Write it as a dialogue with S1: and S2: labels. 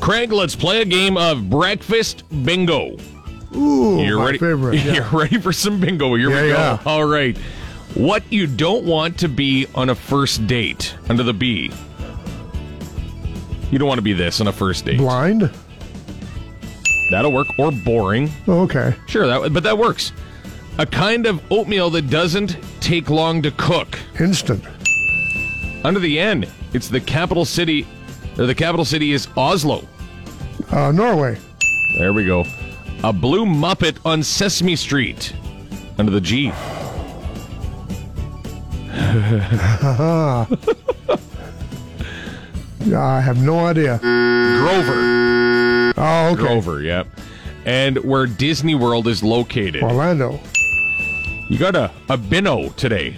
S1: Craig, let's play a game of breakfast bingo.
S2: Ooh,
S1: You're
S2: Oh, my
S1: ready.
S2: favorite.
S1: You're ready for some bingo. Here
S2: Yeah,
S1: we go.
S2: yeah.
S1: All right. What you don't want to be on a first date under the B. You don't want to be this on a first date.
S2: Blind?
S1: That'll work. Or boring.
S2: Oh, okay.
S1: Sure, that but that works. A kind of oatmeal that doesn't take long to cook.
S2: Instant.
S1: Under the N, it's the capital city. Or the capital city is Oslo.
S2: Uh, Norway.
S1: There we go. A blue Muppet on Sesame Street. Under the G.
S2: I have no idea.
S1: Grover.
S2: Oh, okay.
S1: Grover, yep. And where Disney World is located.
S2: Orlando.
S1: You got a, a Bino today.